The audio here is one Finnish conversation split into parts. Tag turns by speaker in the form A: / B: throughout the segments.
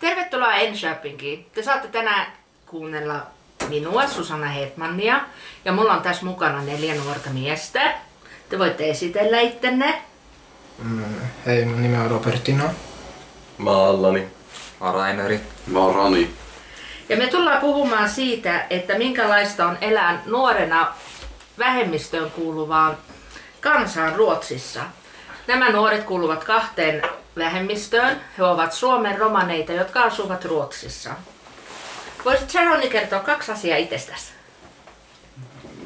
A: Tervetuloa Enshapingiin. Te saatte tänään kuunnella minua, Susanna Hetmannia. Ja mulla on tässä mukana neljä nuorta miestä. Te voitte esitellä ittenne.
B: Mm, hei, mun nimi on no. Robertina.
C: Mä oon Allani.
D: Mä oon Raineri.
E: Mä oon Rani.
A: Ja me tullaan puhumaan siitä, että minkälaista on elää nuorena vähemmistöön kuuluvaan kansaan Ruotsissa. Nämä nuoret kuuluvat kahteen vähemmistöön. He ovat Suomen romaneita, jotka asuvat Ruotsissa. Voisit Sharoni kertoa kaksi asiaa itsestäsi?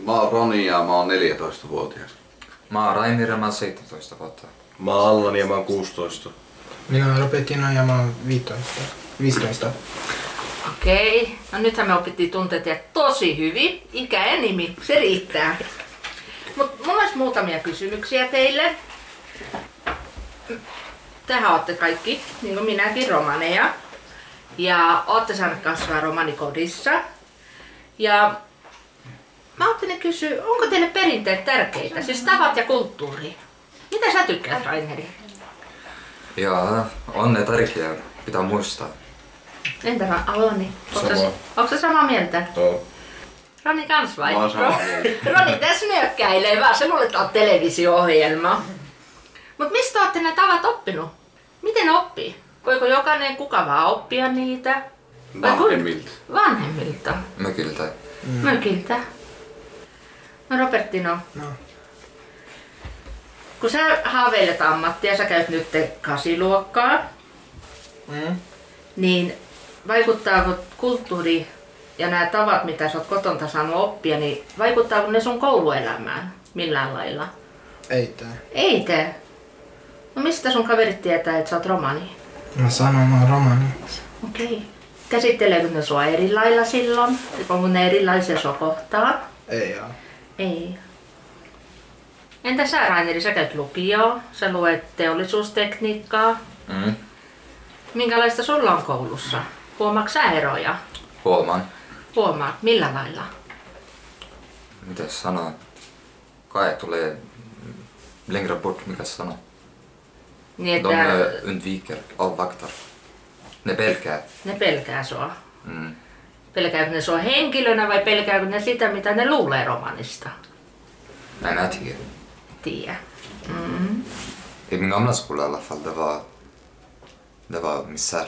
E: Mä oon Rani ja mä oon 14-vuotias.
D: Mä oon Raineri ja mä oon 17 vuotta.
C: Mä oon Allani ja mä oon 16.
B: Minä olen Robertina ja mä oon 15. 15.
A: Okei, no nythän me opittiin tunteet ja tosi hyvin. Ikä ja nimi, se riittää. Mut mulla olisi muutamia kysymyksiä teille. Tähän olette kaikki, niin kuin minäkin, romaneja. Ja olette saaneet kasvaa romanikodissa. Ja mä ajattelin kysyä, onko teille perinteet tärkeitä? Siis tavat ja kulttuuri. Mitä sä tykkäät, Raineri?
D: Joo, on ne tärkeää. Pitää muistaa.
A: Entä Ra- Aloni? Ootko sä-
C: Samaa.
A: Ootko sä samaa mieltä?
C: Joo.
A: Roni kans vai?
E: Mä oon samaa
A: Ro- Roni tässä nyökkäilee vaan, se luulee, että on televisio-ohjelma. Mut mistä ootte ne tavat oppinut? Miten ne oppii? Voiko jokainen kuka vaan oppia niitä? Vai kuinka-
E: Vanhemmilta.
A: Vanhemmilta.
D: Mökiltä.
A: Mm. Mökiltä. No Robertino,
B: No.
A: kun sä haaveilet ammattia, sä käyt nyt kasiluokkaa,
B: Mm.
A: niin vaikuttaako kulttuuri ja nämä tavat, mitä sä oot kotonta saanut oppia, niin vaikuttaako ne sun kouluelämään millään lailla?
B: Ei tää.
A: Ei tee. No mistä sun kaverit tietää, että sä oot romani?
B: Mä sanon, mä oon romani.
A: Okei. Okay. Käsitteleekö ne sua eri lailla silloin? Onko ne erilaisia sua kohtaan?
B: Ei oo.
A: Ei. Entä sä Raineri, sä käyt lukioon, sä luet teollisuustekniikkaa.
D: Mm.
A: Minkälaista sulla on koulussa? Huomaatko sä eroja?
D: Huomaan.
A: Huomaat, millä lailla?
D: Mitä sanoa? Kai tulee mm, längre bort, mikä äh, sana?
A: Niin
D: De
A: että
D: undviker, avvaktar. Ne pelkää.
A: ne pelkää sua.
D: Mm.
A: Pelkääkö ne sua henkilönä vai pelkääkö ne sitä, mitä ne luulee romanista?
D: Mä en mä tiedä.
A: Tiedä.
D: I min gamla skola i alla fall, det var... Det var misär.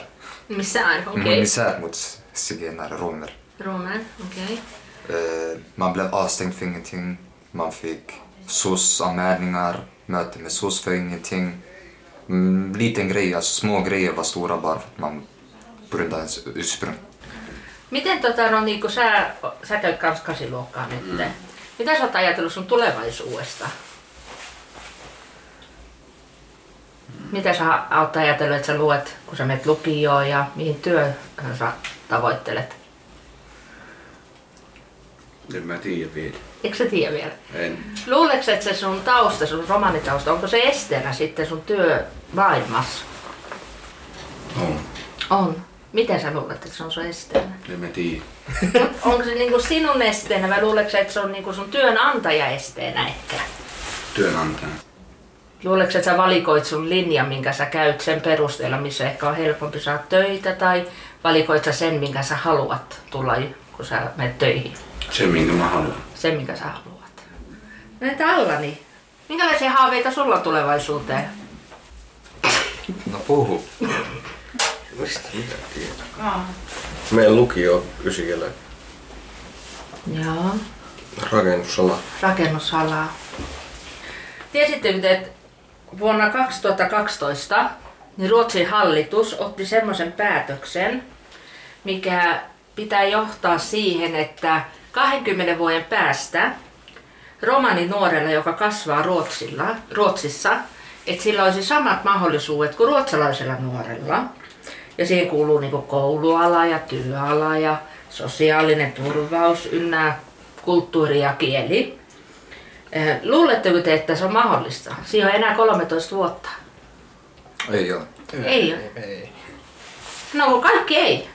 A: Missä on? Okei.
D: Mm, Misär mot zigenare, romer.
A: Roman, okei.
D: Eh, man blev avstängd för ingenting. Man fick SOS-anmälningar, möte med SOS för ingenting. Mm, liten grej, alltså små grejer var stora bara för att man på grund av ens ursprung.
A: Miten tota, no niin kun sä, sä käyt kans kasiluokkaa nyt, mm. mitä sä oot ajatellut sun tulevaisuudesta? Mitä sä oot ajatellut, että sä luet, kun sä menet lukioon ja mihin työhön sä tavoittelet?
E: En mä tiedä vielä.
A: Eikö sä tiedä vielä?
E: En.
A: Luuleeko sä, että se sun tausta, sun romanitausta, onko se esteenä sitten sun työmaailmassa?
E: On.
A: On. Miten sä luulet, että se on sun esteenä?
E: En mä tiedä.
A: Onko se niinku sinun esteenä vai luuleeko sä, että se on niinku sun työnantaja esteenä ehkä?
E: Työnantaja.
A: Luuleeko sä, että sä valikoit sun linjan, minkä sä käyt sen perusteella, missä ehkä on helpompi saada töitä, tai valikoit sä sen, minkä sä haluat tulla, kun sä menet töihin?
E: Se minkä mä haluan.
A: Sen, minkä sä haluat. No entä Allani? Minkälaisia haaveita sulla on tulevaisuuteen?
D: No puhu.
C: Mistä mitä tiedä? Meidän lukio ysikellä
A: Joo,
C: rakennussala.
A: rakennusalaa. Tiesittekö te, että vuonna 2012 niin Ruotsin hallitus otti semmoisen päätöksen, mikä pitää johtaa siihen, että 20 vuoden päästä romani nuorella, joka kasvaa Ruotsilla, Ruotsissa, että sillä olisi samat mahdollisuudet kuin ruotsalaisella nuorella. Ja siihen kuuluu niin kouluala ja työala ja sosiaalinen turvaus ynnä kulttuuri ja kieli. Eh, Luuletteko te, että se on mahdollista? Siihen on enää 13 vuotta.
D: Ei joo.
A: Ei oo.
B: Ei.
A: No kun kaikki ei.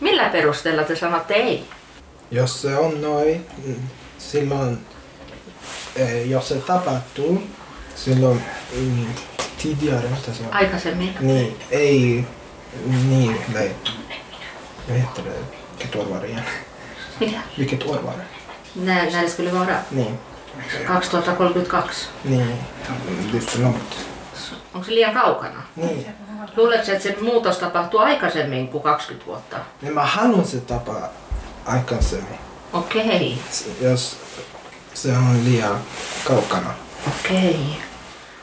A: Millä perusteella te sanotte ei?
B: Jos se on noin, mm, silloin... Eh, jos se tapahtuu, silloin... Mm, tidigare, mitä se on?
A: Aikaisemmin.
B: Niin, ei Niin, nej. Vad heter det? Vilket år var det igen?
A: Mitä?
B: Vilket år var det?
A: När, när det skulle vara?
B: Niin.
A: 2032.
B: Niin. Mm, Just så långt.
A: Onko se liian kaukana?
B: Niin.
A: Luuletko, että se muutos tapahtuu aikaisemmin kuin 20 vuotta?
B: Niin mä haluan se tapa aikaisemmin.
A: Okei,
B: Se- Jos se on liian kaukana.
A: okei.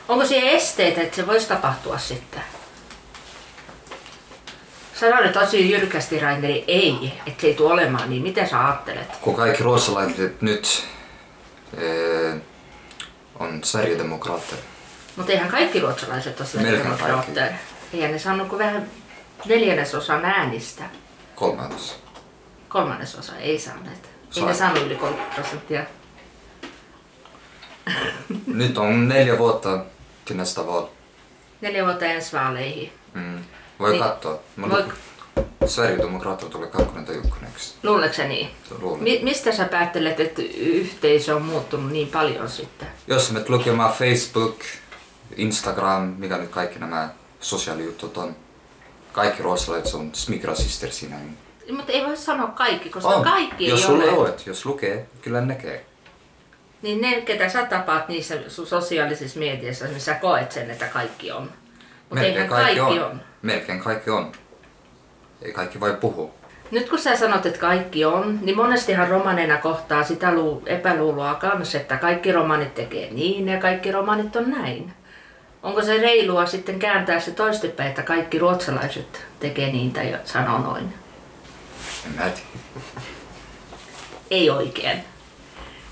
A: Onko siellä esteitä, että se voisi tapahtua sitten? Sano nyt tosi jyrkästi, Raineri, ei, että se ei tule olemaan, niin miten sä ajattelet?
D: kun kaikki ruotsalaiset nyt eh, on sverigedemokraatter.
A: Mutta eihän kaikki ruotsalaiset ole
D: Melkein
A: demokraatteja.
D: kaikki.
A: Eihän ne saanut kuin vähän neljännesosan äänistä.
D: Kolmannes.
A: Kolmannesosa ei saaneet. Ei
D: Sai.
A: ne saanut yli 30 prosenttia.
D: Nyt on neljä vuotta till nästa val.
A: Neljä vuotta ensi vaaleihin.
D: Mm. Voi
A: Niin.
D: katsoa. Mä
A: Voi-
D: Voi... Sverigedemokraatit tulee 21.
A: Luuleeko sä niin?
D: Se on luulen.
A: Mi- mistä sä päättelet, että y- yhteisö on muuttunut niin paljon sitten?
D: Jos me lukemaan Facebook, Instagram, mikä nyt kaikki nämä sosiaalijutut on. Kaikki ruotsalaiset on smigrasister siinä. niin-
A: Mutta ei voi sanoa kaikki, koska No kaikki
D: jos
A: ei
D: sulla
A: ole.
D: olet, jos lukee, kyllä näkee.
A: Niin ne, ketä sä tapaat niissä sun sosiaalisissa mediassa, missä sä koet sen, että kaikki on. Mutta eihän kaikki, kaikki on. on.
D: Melkein kaikki on. Ei kaikki voi puhua.
A: Nyt kun sä sanot, että kaikki on, niin monestihan romaneina kohtaa sitä lu- epäluuloa kanssa, että kaikki romanit tekee niin ja kaikki romanit on näin. Onko se reilua sitten kääntää se toistepäin, että kaikki ruotsalaiset tekee niin tai jo- sanoo noin?
D: En mä tiedä.
A: Ei oikein.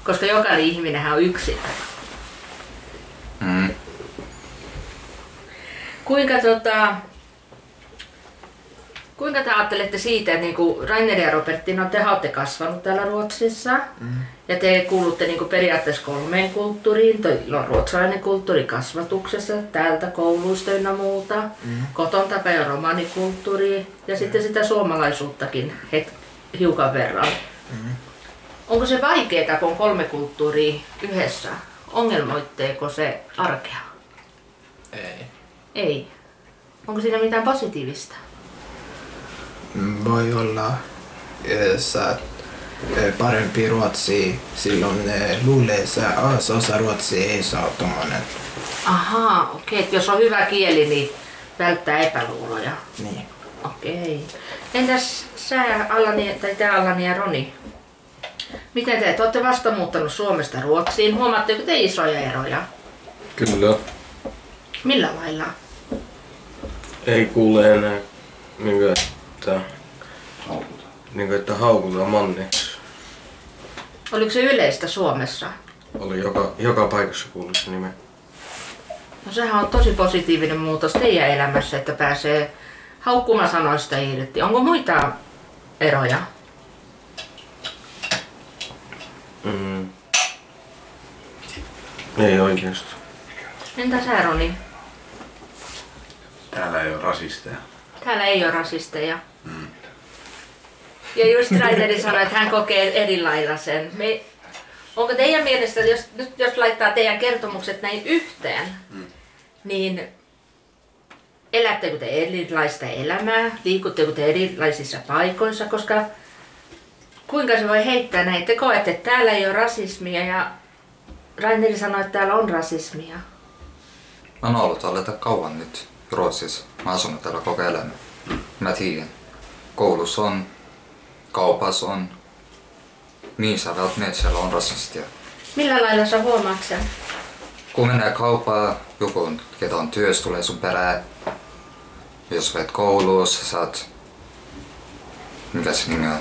A: Koska jokainen ihminenhän on yksin.
D: Mm.
A: Kuinka tota... Kuinka te ajattelette siitä, että niinku Rainer ja Robertin on te olette kasvanut täällä Ruotsissa mm. ja te kuulutte niinku periaatteessa kolmeen kulttuuriin, teillä on ruotsalainen kulttuuri kasvatuksessa, täältä kouluista ynnä muuta, mm. kotontapa ja romanikulttuuri ja sitten sitä suomalaisuuttakin het, hiukan verran. Onko se vaikeaa, kun on kolme kulttuuria yhdessä? Ongelmoitteeko se arkea?
B: Ei.
A: Ei. Onko siinä mitään positiivista?
B: Mm, Voi olla eh, sä eh, parempi ruotsi silloin eh, luulee sä, ah, se osa ruotsi ei saa tommonen.
A: Ahaa, okei. Okay. Jos on hyvä kieli, niin välttää epäluuloja.
B: Niin.
A: Okei. Entäs sä, Allani, tai tää Allani ja Roni? Miten te, te olette vasta muuttanut Suomesta Ruotsiin? Huomaatteko te isoja eroja?
C: Kyllä.
A: Millä lailla?
C: Ei kuule enää niinku että... Niinku että haukutaan manniksi.
A: Oliko se yleistä Suomessa?
C: Oli joka, joka paikassa kuullut se nimen.
A: No sehän on tosi positiivinen muutos teidän elämässä, että pääsee haukkumasanoista irti. Onko muita eroja?
C: Mm. Ei oikeesti.
A: Entä sä, Roni?
E: Täällä ei ole rasisteja.
A: Täällä ei ole rasisteja. Ja just Raineri sanoi, että hän kokee eri lailla sen. Me, onko teidän mielestä, jos, nyt jos laittaa teidän kertomukset näin yhteen, niin elättekö te erilaista elämää, liikutteko te erilaisissa paikoissa, koska kuinka se voi heittää näin? Te koette, että täällä ei ole rasismia ja Raineri sanoi, että täällä on rasismia.
D: Mä oon ollut täällä aika kauan nyt Ruotsissa. Mä oon asunut täällä koko elämä. Mä tiedän. Koulussa on, kaupassa on. Mihin sä välttämättä menet, siellä on rasistia.
A: Millä lailla sä huomaat sen?
D: Kun mennään kauppaan, joku on, ketä on työssä, tulee sun perään. Jos vet kouluun, sä saat... Mikä se nimi on?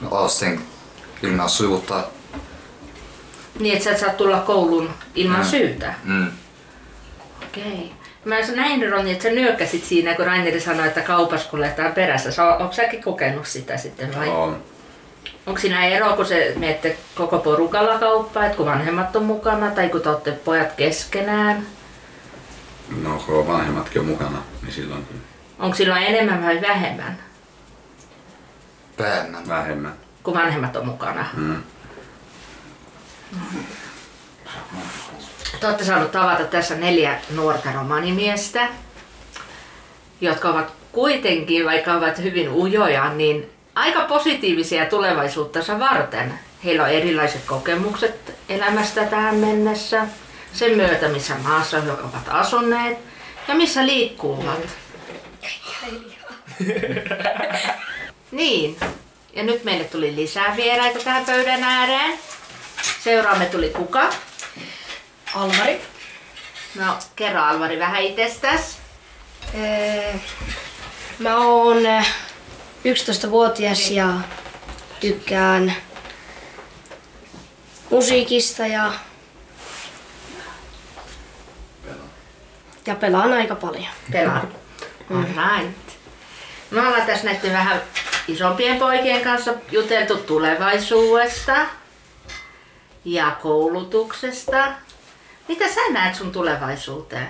D: No, Austin ilman suutta.
A: Niin, että sä et saa tulla kouluun ilman
D: Mm.
A: syytä.
D: Mm.
A: Okei. Mä sä näin Roni, että sä nyökkäsit siinä, kun Raineri sanoi, että kaupas kuljetaan perässä. Sä, onko säkin kokenut sitä sitten vai?
E: On.
A: Onko siinä ero, kun se menette koko porukalla kauppaan, että kun vanhemmat on mukana tai kun te olette pojat keskenään?
E: No kun vanhemmatkin on mukana, niin silloin kyllä
A: Onko silloin enemmän vai vähemmän,
D: Vähemmän.
E: vähemmän.
A: kun vanhemmat on mukana?
E: Mm.
A: Te olette saanut tavata tässä neljä nuorta romanimiestä. jotka ovat kuitenkin, vaikka ovat hyvin ujoja, niin aika positiivisia tulevaisuuttansa varten. Heillä on erilaiset kokemukset elämästä tähän mennessä, sen myötä missä maassa he ovat asuneet ja missä liikkuvat. Niin. Ja nyt meille tuli lisää vieraita tähän pöydän ääreen. Seuraamme tuli kuka?
F: Alvari.
A: No, kerro Alvari vähän itsestäs.
F: Öö, Mä oon äh, 11-vuotias ja tykkään musiikista ja, ja pelaan aika paljon.
A: Pelaan. Alright. Me ollaan tässä näiden vähän isompien poikien kanssa juteltu tulevaisuudesta ja koulutuksesta. Mitä sä näet sun tulevaisuuteen?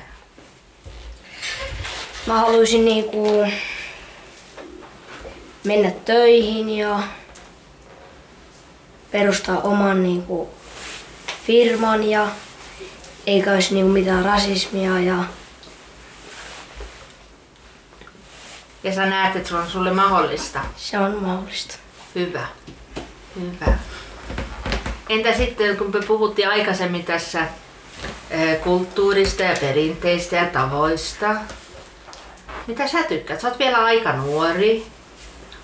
F: Mä haluaisin niinku mennä töihin ja perustaa oman niinku firman ja eikä olisi niinku mitään rasismia ja
A: Ja sä näet, että se on sulle mahdollista.
F: se on mahdollista.
A: Hyvä. Hyvä. Entä sitten, kun me puhuttiin aikaisemmin tässä eh, kulttuurista ja perinteistä ja tavoista, mitä sä tykkäät? Sä oot vielä aika nuori.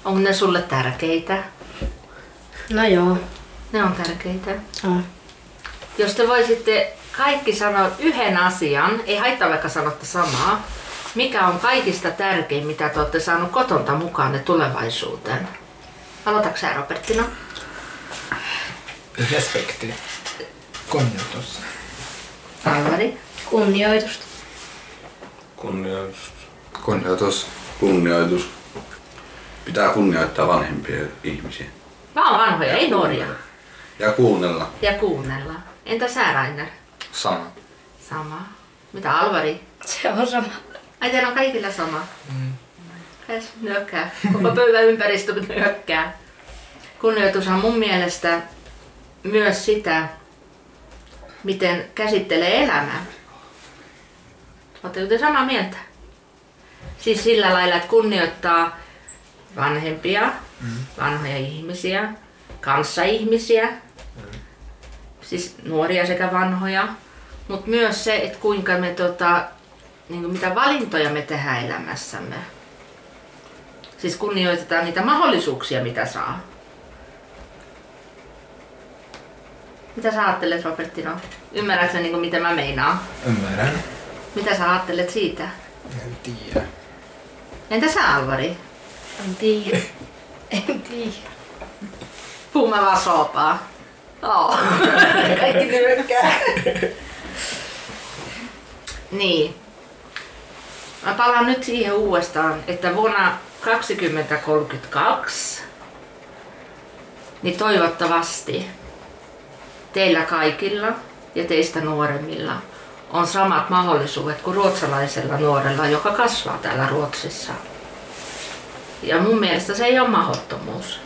A: Onko ne sulle tärkeitä?
F: No joo,
A: Ne on tärkeitä.
F: on.
A: Jos te voisitte kaikki sanoa yhden asian, ei haittaa vaikka sanotte samaa, mikä on kaikista tärkein, mitä te olette saanut kotonta mukaan ne tulevaisuuteen? Aloitatko sä Robertina?
B: Respekti. Kunnioitus.
A: Aivari?
F: kunnioitusta.
C: Kunnioitus.
D: Kunnioitus.
E: Kunnioitus. Pitää kunnioittaa vanhempia ihmisiä.
A: Mä oon vanhoja, ei nuoria.
E: Ja kuunnella.
A: Ja kuunnella. Entä sä Rainer?
D: Sama.
A: Sama. Mitä Alvari?
F: Se on sama.
A: Ai teillä on kaikilla sama. Käs nyökkää. Koko pöydän ympäristö nyökkää. Kunnioitushan mun mielestä myös sitä, miten käsittelee elämää. Oletteko te samaa mieltä? Siis sillä lailla, että kunnioittaa vanhempia, vanhoja ihmisiä, kanssaihmisiä, siis nuoria sekä vanhoja, mutta myös se, että kuinka me tota, niin kuin mitä valintoja me tehdään elämässämme. Siis kunnioitetaan niitä mahdollisuuksia, mitä saa. Mitä sä ajattelet, Robertino? Ymmärrätkö sä, niin kuin, mitä mä meinaan?
B: Ymmärrän.
A: Mitä sä ajattelet siitä?
B: En tiedä.
A: Entä sä, Alvari?
F: En tiedä. En tiedä.
A: Puhumme vaan soopaa. Oo. Kaikki nyökkää. niin. Mä palaan nyt siihen uudestaan, että vuonna 2032, niin toivottavasti teillä kaikilla ja teistä nuoremmilla on samat mahdollisuudet kuin ruotsalaisella nuorella, joka kasvaa täällä Ruotsissa. Ja mun mielestä se ei ole mahdottomuus.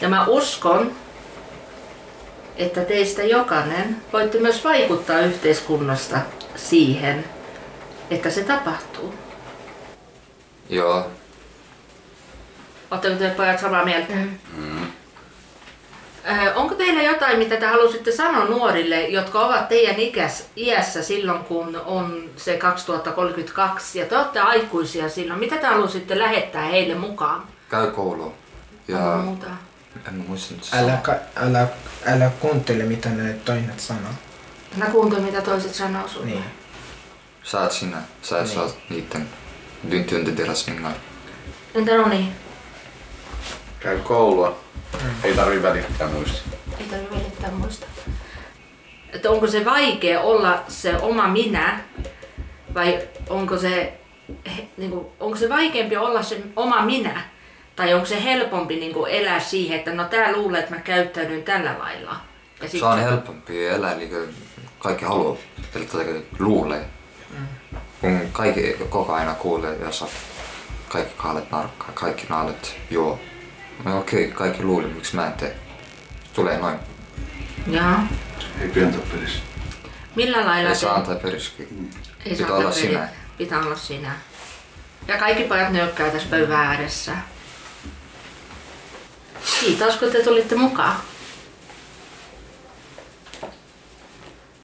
A: Ja mä uskon, että teistä jokainen voitte myös vaikuttaa yhteiskunnasta siihen, että se tapahtuu.
D: Ja
A: Oletteko te pojat samaa mieltä? Öö, onko teillä jotain, mitä te halusitte sanoa nuorille, jotka ovat teidän ikäs, iässä silloin, kun on se 2032 ja te olette aikuisia silloin? Mitä te halusitte lähettää heille mukaan?
D: käy kouluun. Ja
A: Onko Muuta.
D: en mä muista nyt.
B: Älä, ka- älä, älä kuuntele mitä ne toinet sanoo.
A: Mä kuuntelen, mitä toiset sanoo sulle.
B: Niin.
D: Sä et sinä. Sä et saa niitten. Du är inte under deras vingar.
A: Entä no niin?
E: Käy koulua. Ei tarvi välittää muista.
A: Ei tarvitse välittää muista. Että onko se vaikea olla se oma minä vai onko se, niin kuin, onko se vaikeampi olla se oma minä? Tai onko se helpompi niin kuin elää siihen, että no tää luulee, että mä käyttäydyn tällä lailla. Ja sit,
D: Se on helpompi elää niinku kaikki haluaa. Eli tätä luulee. Kun kaikki koko ajan kuulee ja saa kaikki kaalet narkkaa, kaikki naalet joo. No okei, kaikki luuli, miksi mä en tee. Tulee noin.
A: Jaa.
E: Ei pientä pelissä.
A: Millä lailla te-
D: Ei saa antaa periskiä.
A: Ei
D: Pitää
A: saa
D: olla
A: tapella.
D: sinä.
A: Pitää olla sinä. Ja kaikki pojat nöykkää tässä pöydän ääressä. Kiitos, kun te tulitte mukaan.